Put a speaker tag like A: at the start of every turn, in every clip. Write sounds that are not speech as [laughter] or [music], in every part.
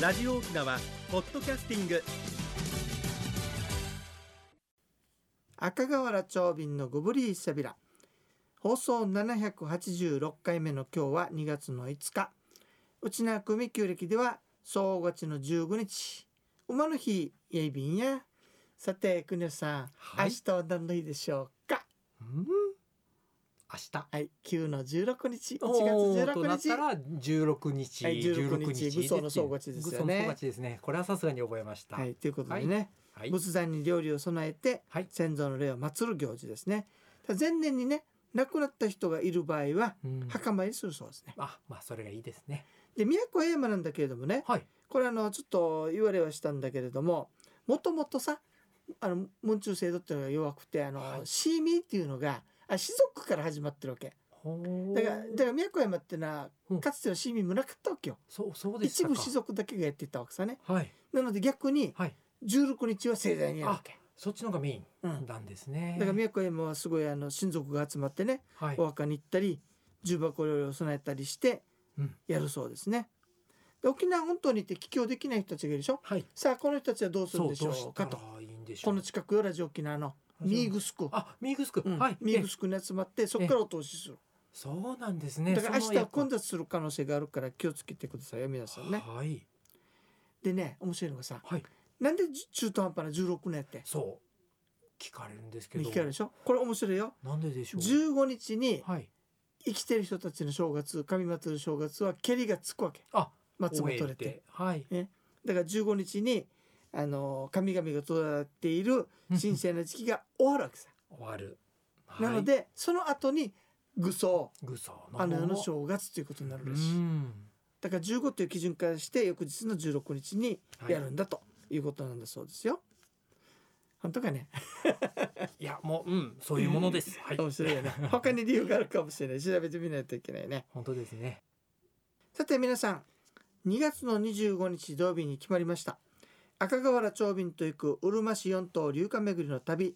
A: ラジオ沖縄ポッドキャスティング
B: 赤瓦町便のゴブリーサビラ放送786回目の今日は2月の5日内縄組旧暦では総合地の15日馬の日やいびんやさて国吉さん、
C: はい
B: 明日は何の日でしょうか
C: うん明日
B: はい9の16日1月
C: とな
B: 16
C: った
B: 日
C: ら16日、
B: はい16日
C: 16
B: 武装の総勝ちです
C: 武
B: よね
C: 装の総勝ちですね。これはさすがに覚えました。
B: は
C: はい。
B: いということでね、
C: はい。
B: 仏壇に料理を備えて先祖の霊を祀る行事ですねただ前年にね亡くなった人がいる場合は
C: うん
B: 墓参りするそうですね
C: あ、まあそれがいいですね。
B: で宮古平山なんだけれどもね
C: はい。
B: これあのちょっと言われはしたんだけれどももともとさあの文中制度っていうのが弱くてあの、
C: はい
B: シーミーっていうのがあ士族から始まってるわけだからだから宮古山っていうのは
C: うん
B: かつてのシーミーもなかったわけよ
C: そうそうでし
B: 一
C: たか。
B: 部士族だけがやっていたわけさね
C: はい
B: なので逆に
C: はい。
B: 16日は盛大にやるわけ、
C: そっちのがメイ
B: うん
C: ン
B: だ
C: なんですね。
B: から宮古山はすごいあの親族が集まってね
C: はい
B: お。墓に行ったり重箱料理を備えたりして
C: うん
B: やるそうですね。で沖縄本島に行って帰郷できない人たちがいるでしょ
C: はい。
B: さあこの人たちはどうする
C: そ
B: ん
C: うど
B: で
C: う
B: しょ
C: し
B: う
C: た
B: かと
C: らいいんでしょ
B: こ
C: う。
B: の近くよラジオ沖縄のミーグスク、
C: あ、ミーグスク。
B: うん
C: はい。
B: ミーグ
C: え
B: スクに集まってそこからお通しする、
C: そうなんですね。
B: だから明
C: そ
B: 日
C: の
B: は混雑する可能性があるから気をつけてくださいよ皆さんね。
C: はい。
B: でね面白いのがさ
C: はい。
B: なんでじ中途半端な16年やって
C: そう。聞かれるんですけど。
B: 聞かれるでしょこれ面白いよ。
C: なんででしょう。
B: 15日に
C: はい。
B: 生きてる人たちの正月神祭る正月はケリがつくわけ
C: あ、
B: 松も取
C: 終
B: れ
C: え
B: て。。
C: はい。
B: だから15日にあの神々が育っている神聖な時期が終わるわけさ、
C: 終わる。
B: なのでその後に愚僧
C: はい、ぐその
B: あの世の
C: う
B: 正月ということになるらしい、
C: ん。
B: だから15という基準からして翌日の16日にやるんだということなんだそうですよ、本当かね [laughs]
C: いや、もう、うん、そういうものです。はい。
B: 面白い
C: [laughs]
B: よね他に理由があるかもしれない調べてみないといけないね
C: 本当ですね。
B: さて皆さん2月の25日土曜日に決まりました赤瓦町便と行くうるま市4島龍華巡りの旅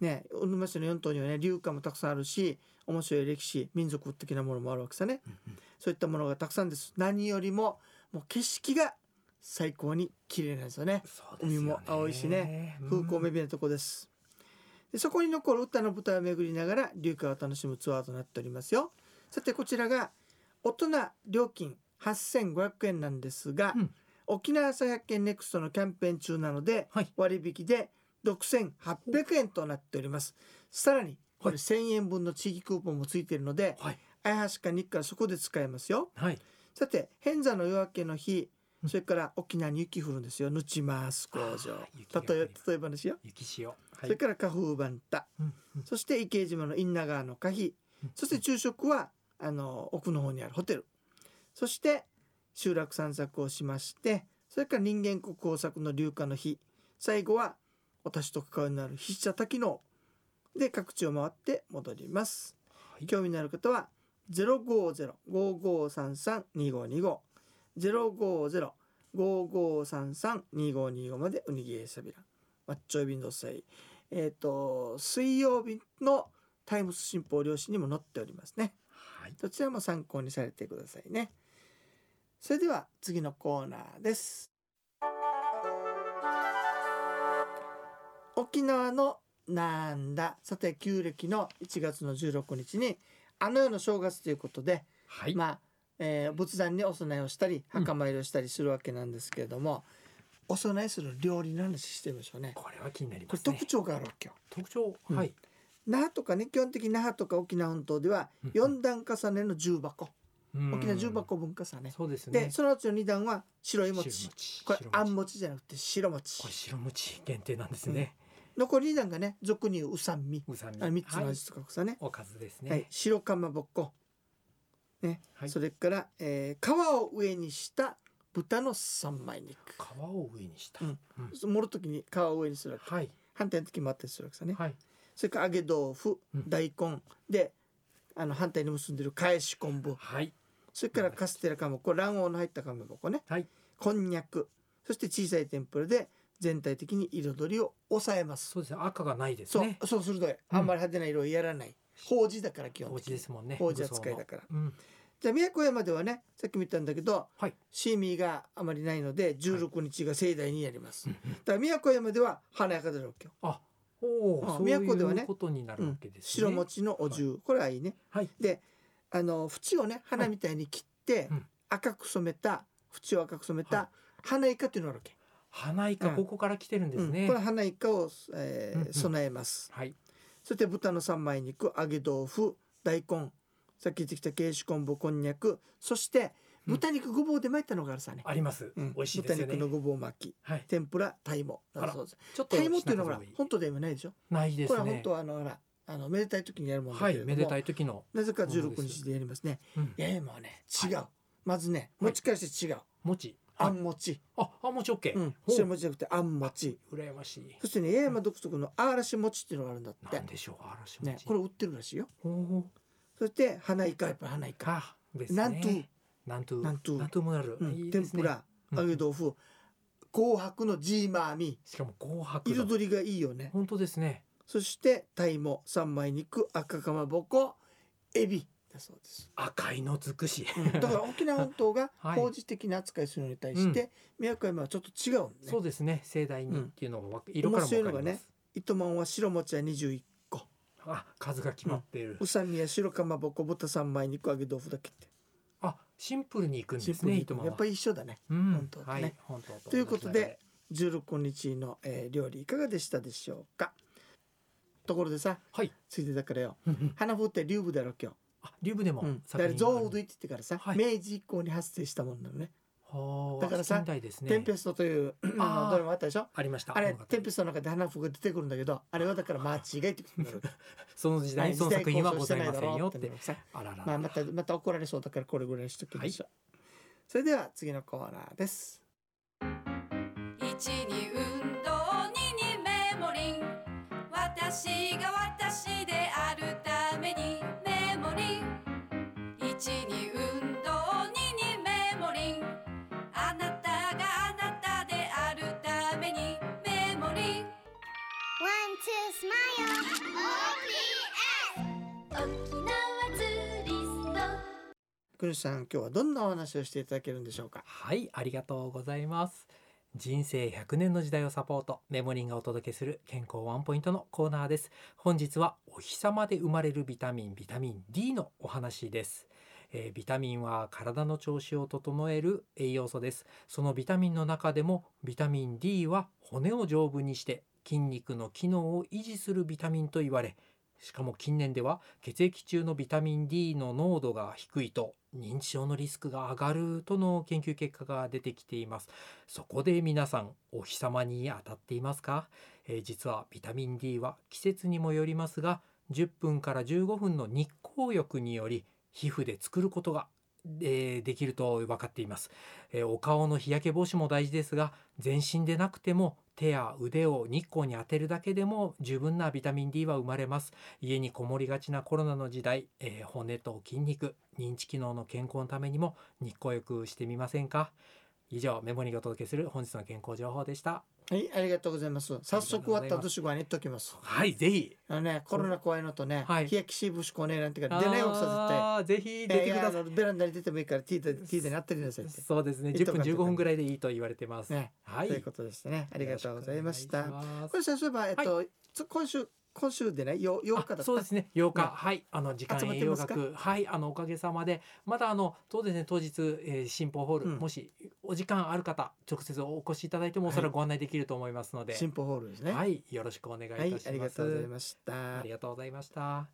B: ねうるま市の4島にはね龍華もたくさんあるし面白い歴史民族的なものもあるわけさねそういったものがたくさんです何よりももう景色が最高に綺麗なんですよね
C: そうですよね。
B: 海も青いしね
C: う
B: 風光明
C: ん
B: 媚なとこです、でそこに残る歌の舞台を巡りながら流歌を楽しむツアーとなっておりますよさてこちらが大人料金8500円なんですが、
C: うん
B: 沖縄朝百円ネクストのキャンペーン中なので
C: はい。
B: 割引で6800円となっておりますさらにこれ1000円分の地域クーポンもついているので
C: はい。
B: 綾橋か日課そこで使えますよ
C: はい。
B: さて偏座の夜明けの日
C: うん
B: それから沖縄に雪降るんですよぬちます工場
C: あー雪が降り
B: 例え
C: ます
B: 例え話よ、
C: 雪塩。は
B: そ
C: い
B: れ。から花風番太
C: うんうん
B: そして池江島の因長の花碑
C: うん
B: そして昼食はあの奥の方にあるホテルそして集落散策をしましてそれから人間国宝作の流化の日最後は私と関わりのある筆者滝ので各地を回って戻ります
C: はい
B: 興味のある方は050-5533-2525 050-5533-2525までウニギエサビラマッチョイビンドサイえっ、と水曜日のタイムス新報両親にも載っておりますね
C: はい。
B: どちらも参考にされてくださいねそれでは次のコーナーです沖縄のなんださて旧暦の1月の16日にあの世の正月ということで、
C: はい。
B: まあ、えー仏壇にお供えをしたり
C: うん
B: 墓参りをしたりするわけなんですけれども、お供えする料理の話してみましょうね
C: これは気になり
B: こ
C: ま
B: れ
C: すね。
B: 特徴があるわけよ
C: 特徴。
B: うん
C: はい。
B: 那覇とかね基本的に那覇とか沖縄本島では
C: うん
B: 4段重ねの重箱、
C: うん
B: 沖縄重箱文化さね、
C: そうですね。
B: でそのうちの2段は白い
C: 白
B: 餅
C: 餅。
B: これ
C: 白餅
B: あん餅じゃなくて白餅
C: これ白餅限定なんですね。
B: 残り2段がね俗に言ううさんみ
C: うさみ。
B: あ3つの
C: はい
B: 味とかさね、
C: おかずです
B: はい
C: ね。はい。
B: 白かまぼっこ、ねそれから、えー皮を上にした豚の三枚肉
C: 皮を上にした。
B: う
C: うんん
B: 盛る時に皮を上にするわけ
C: はい。
B: 反対の時もあったりするわけさね、
C: はい。
B: それから揚げ豆腐
C: うん
B: 大根であの反対に結んでる返し昆布
C: はい。
B: それからカステラかまぼこ卵黄の入ったかまぼこね、
C: はい
B: こんにゃくそして小さい天ぷらで全体的に彩りを抑えます
C: そうですね。赤がないです
B: そう,、
C: ね。
B: そうするとあんまり派手な色をやらない、法事だから基本
C: お
B: 的
C: 家
B: に
C: ですもんね。
B: 法事扱いだから
C: うん。
B: じゃあ宮古山ではねさっきも言ったんだけど、
C: はい
B: シーミーがあまりないので16日が盛大にやります、だから宮古山では華やかだろう今
C: あ、お
B: あ
C: お、そうい
B: 宮古ではね
C: うことになるわけですね。
B: 白餅のお重、これはいいね
C: はい。
B: であの縁をね花みたいに切って、
C: うん
B: 赤く染めた縁を赤く染め
C: はい
B: た花イカっていうのがあるわけ、
C: 花イカ
B: うん
C: ここから来てるんで
B: う
C: す
B: ん
C: ね。
B: これ花イカを、えー
C: うんうん
B: 備えます
C: はい。
B: そして豚の三枚肉揚げ豆腐大根さっき言ってきた慶子昆布こんにゃくそして
C: うん
B: 豚肉ごぼうで巻いたのがあるさね、
C: あります。
B: うん
C: 美味しいですよ
B: 豚肉の
C: ね。
B: ごぼう巻き
C: はい。
B: 天ぷら鯛もだそうです
C: ちょっと
B: 鯛もっていうのはほ
C: 品
B: ら
C: 数多
B: 本当で今ないでしょ
C: ないで
B: これ
C: す
B: は本
C: ね
B: 当。はあのほらあのめでたい時にやるもんだ
C: はい
B: けれ。ども、
C: めでたい時の。
B: なぜか16日でやりますね
C: うん
B: いやいやもうね違う、
C: は
B: まずね持ち返して違う、
C: 餅。
B: あ
C: あ
B: ん、餅、
C: あ、あ餅オッケ
B: う
C: ー
B: ん。
C: ほ
B: 白
C: う
B: 餅じゃなくてあん餅
C: 羨ましい。
B: そしてね八重山独特のあーらし餅っていうのがあるんだっ
C: なん
B: て、
C: でしょう、嵐
B: ね
C: 餅。、
B: これ売ってるらしいよ
C: ほう
B: そして花いかやっぱり花いか
C: かですね。
B: なんと、
C: なんと、
B: なんと
C: なんともなる
B: う。ん
C: いいで
B: 天
C: す
B: ぷ
C: ね。
B: ら揚げ豆腐紅白のジーマーミ
C: しかも紅白だ。
B: 彩りがいいよね
C: 本当ですね。
B: そして鯛も三枚肉赤かまぼこエビだそうです
C: 赤いの尽くし。 [laughs]
B: だから沖縄本島が
C: はい
B: 法事的な扱いするのに対して、宮古山はちょっと違うんね
C: そうですね盛大に
B: う
C: っ
B: ん
C: ていうのもわか色からも分かり
B: 面白いのが
C: ます、
B: ね糸満は白餅は21個
C: あ数が決まっている、
B: 宇佐美や白かまぼこ豚三枚肉揚げ豆腐だけって
C: あシンプルにいくん
B: シ
C: で
B: ン
C: す
B: プル
C: ね
B: に
C: 糸満は
B: やっぱり一緒だね
C: うん
B: 本当だね
C: はい本当
B: ということで16日の、えー料理いかがでしたでしょうかところでさ
C: はい [laughs]
B: ついてだからよ
C: うんうん
B: 花風って竜部だろ今
C: あリュブでも
B: 日、うん、だ
C: 作
B: から
C: 品がある
B: 浄土って言ってからさ、
C: はい
B: 明治以降に発生したものなのね
C: はあ
B: だからさ
C: 近代ですね
B: テンペストという、あのドラマあったでしょ
C: ありました
B: あれ
C: 物語
B: テンペストの中で花吹が出てくるんだけどあれはだから間違いってことに
C: [laughs]
B: なる
C: その時代にその作品はございませんよって
B: さ、
C: あららら、
B: まあ、またまた怒られそうだからこれぐらいにしときましょう、それでは次のコーナーです
D: 一に運動二にメモリン私が私であるためにメモリン一に運動二にメモリンあなたがあなたであるためにメモリン
E: One, two, smile. OPS! 沖縄ツーリスト。
B: 国吉さん今日はどんなお話をしていただけるんでしょうか
C: はいありがとうございます人生100年の時代をサポートメモリンがお届けする健康ワンポイントのコーナーです本日はお日様で生まれるビタミンビタミン D のお話です、えービタミンは体の調子を整える栄養素ですそのビタミンの中でもビタミン D は骨を丈夫にして筋肉の機能を維持するビタミンと言われしかも近年では血液中のビタミン D の濃度が低いと認知症のリスクが上がるとの研究結果が出てきていますそこで皆さんお日様に当たっていますか、えー実はビタミン D は季節にもよりますが10分から15分の日光浴により皮膚で作ることがえーできると分かっています、えーお顔の日焼け防止も大事ですが全身でなくても手や腕を日光に当てるだけでも十分なビタミン D は生まれます家にこもりがちなコロナの時代、えー骨と筋肉認知機能の健康のためにも日光浴してみませんか以上メモにお届けする本日の健康情報でした
B: はいありがとうございます早速終わった年後に言っときます
C: はいぜひ
B: あのねコロナ怖いのとね、
C: はい
B: 日焼けしぶしこねなんてから出ないわけさ
C: あーぜひ出
B: 絶対
C: て
B: い
C: く
B: やい
C: だ
B: やあ
C: さい
B: のベランダに出てもいいからティーでティーでなってりなさいって
C: そうですね
B: いい
C: 10
B: とこ
C: 分
B: だと
C: 15分ぐらいでいいと言われてます、
B: ね、
C: はい
B: ということですねありがとうございました
C: よろくお願いします
B: これさそういえば、えっと、つ今週今週でね、よ8日だった。
C: あそうですね8日、
B: ね
C: はいあの時間
B: 集まっ
C: 栄
B: て
C: 養
B: ますか
C: 学はいあのおかげさまでまだあのそうですね当日、えー、新報ホール、
B: うん
C: もしお時間ある方直接お越しいただいても
B: はい
C: それはご案内できると思いますので、はい
B: 進歩ホールですね。
C: よろしくお願いいた
B: は
C: し
B: い
C: ます、
B: ありがとうございました
C: あり。がとうございました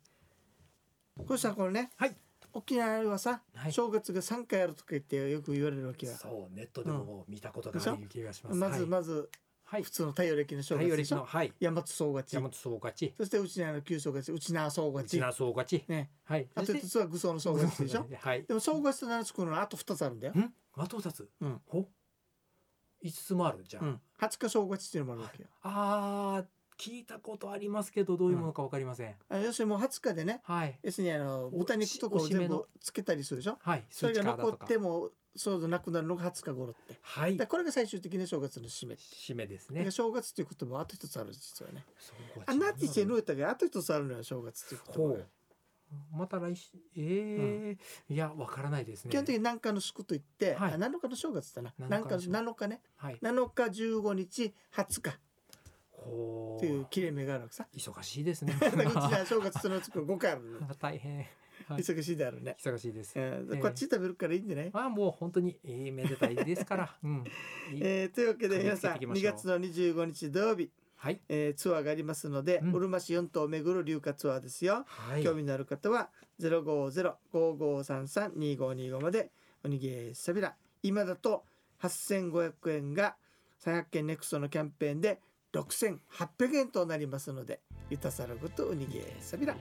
B: これさこのね、
C: はい
B: 沖縄はさ、
C: はい
B: 正月が三回あるとか言ってよく言われるわけや。
C: そうネットでも見たことがある気がします、
B: まず
C: はい
B: まず
C: はい
B: 普通の太陽暦の正
C: 太
B: 月
C: 陽
B: でし
C: 暦の
B: ょ。
C: はい
B: 大和総勝ち
C: 山。本総勝ち
B: そしてうちなの旧総勝ち、うちな総勝
C: 内
B: ち。
C: 田総勝ち
B: ね、
C: はい
B: あと
C: そして。
B: 実は愚僧の総勝ちでしょ
C: [laughs] はい
B: でも総勝ちと七つくのはあと二つあるんだよ。
C: んまとうたつ
B: うん
C: ほ5つもあるじゃあ
B: うん、二日総勝ちっていうのもあるわけよ。
C: あー聞いたことありますけどどういうものかわかりません、
B: あ要するにもう二十日でね、
C: はい
B: 要するにあの
C: お
B: 豚肉とか
C: お
B: を
C: しめ
B: 全
C: の
B: 部つけたりするでしょ。
C: はい
B: それが
C: スイ
B: 残
C: ッチカーだと
B: っ
C: か
B: てもそうでなくなるのが20日頃って。
C: はい
B: だからこれが最終的な正月の締め。
C: 締めです
B: だか
C: ね
B: ら正月という言葉はあと一つあるんですよね。
C: そう
B: あなってちの歌があと一つあるのよ正月という言
C: ほ
B: 葉が
C: う。また来週ええいやわからないですね
B: 基本的に何日の祝と言って、
C: はい
B: あ7日の正月だな
C: 7
B: 7日
C: 日の正月
B: の7日ね
C: はい
B: 7日15日20日
C: ほ
B: という
C: う
B: 切れ目があるわけ
C: [laughs]
B: さ
C: 忙しいです
B: [laughs]
C: ね
B: だからうちは正月その月5回あるの
C: [laughs] 大変はい
B: 忙しいだろうね、
C: 忙しいです
B: うんこっち食べるからいいんじゃない、
C: まあもう本当にええめでたいですから
B: [laughs]
C: うんいい
B: えーというわけ
C: 噛
B: で
C: み
B: 皆
C: つけ
B: さん
C: ていきま
B: 2
C: しょう
B: 月の25日土曜日、
C: はい
B: えーツアーがありますので、
C: うん
B: うるま市4島を巡る流化ツアーですよ、
C: はい
B: 興味のある方は050-5533-2525までおにぎりさびら今だと8500円が300件ネクストのキャンペーンで6800円となりますのでゆたさるごとおにぎりさびら、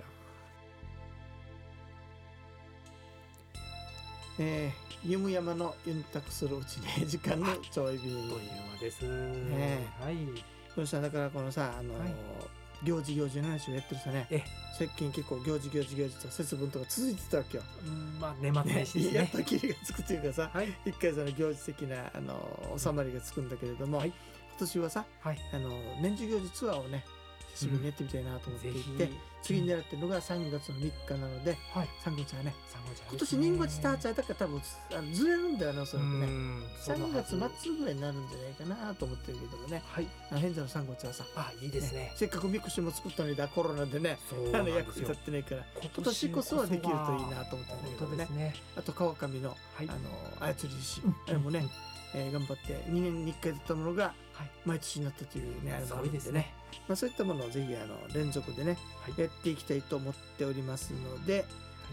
B: えー、ゆむやまのゆんたくするうちに [laughs] 時間のちょい
C: あっ
B: び
C: という間です、
B: ね
C: はい
B: どうしただからこのさあのー
C: はい
B: 行事行事の話をやってるさね
C: え
B: 最近結構行事行事行事と節分とか続いてたわけよ
C: うんまあ年末年始です
B: やっ
C: ね
B: と切りがつくというかさ
C: はい
B: 一回その行事的なあの収まりがつくんだけれども、
C: はい
B: 今年はさ
C: はい
B: あの年中行事ツアーをね久しぶりにやってみたいなと思って
C: ぜ
B: い
C: ひ
B: て、次に狙ってるのが3月の3日なので
C: はい
B: 3月はね
C: 三号ちゃんで
B: 今
C: す
B: 年
C: ね
B: 人ごちターチャーだから多分あのずれるんだよなおそらく
C: う
B: ね
C: んそうの
B: 3
C: は
B: 月
C: ず
B: 末ぐらいになるんじゃないかなと思ってるけどもね
C: はい
B: あの変座の3月はさ
C: あいいですね
B: せっかくミクシも作ったのにだコロナでね
C: そう
B: あ
C: なん
B: の
C: で
B: 役
C: す
B: に
C: よ
B: 立ってないから今年こそはできるといいなと思ってるんだ
C: 本
B: けど
C: 当で
B: ね
C: すね
B: あと川上の
C: はい
B: あの操り師、
C: うん
B: あれもね、
C: うん
B: えー頑張って2年に1回だったものが
C: はい
B: 毎年になったというねあれ
C: す
B: もあ
C: ご
B: る
C: い
B: んで
C: ですね
B: まあ、そういったものをぜひあの連続でね
C: はい
B: やっていきたいと思っておりますので、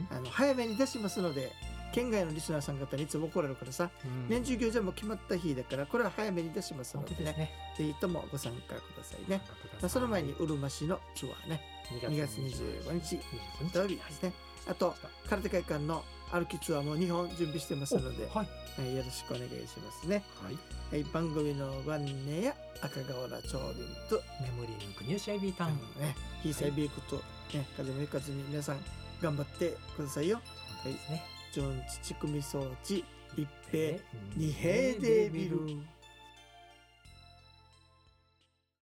B: あの早めに出しますので県外のリスナーさん方にいつも怒られるからさ、
C: うん
B: 年中行事はもう決まった日だからこれは早めに出しますの
C: 本当
B: で
C: です
B: ね
C: ね
B: ぜひともご参加くださいね、
C: 頑張ってくだ
B: ま
C: さ
B: あ、
C: い
B: その前にうるま市のツアーね2
C: 2
B: 月25日
C: 25
B: 土曜日ですねあと空手会館の歩きツアーも2本準備してます
C: お
B: ので、
C: はい
B: はい、よろしくお願いしますね
C: はい
B: はい、番組の番ネや赤川原長林と、
C: メモリーの国吉アイビータ
B: あ
C: ウ
B: の
C: ン
B: ね、ヒーサイビークと、ね、風もゆかずに皆さん頑張ってくださいよ。
C: 本当ですね
B: ジョン・チチクミ装置、一
C: 一
B: 平、二平デービル。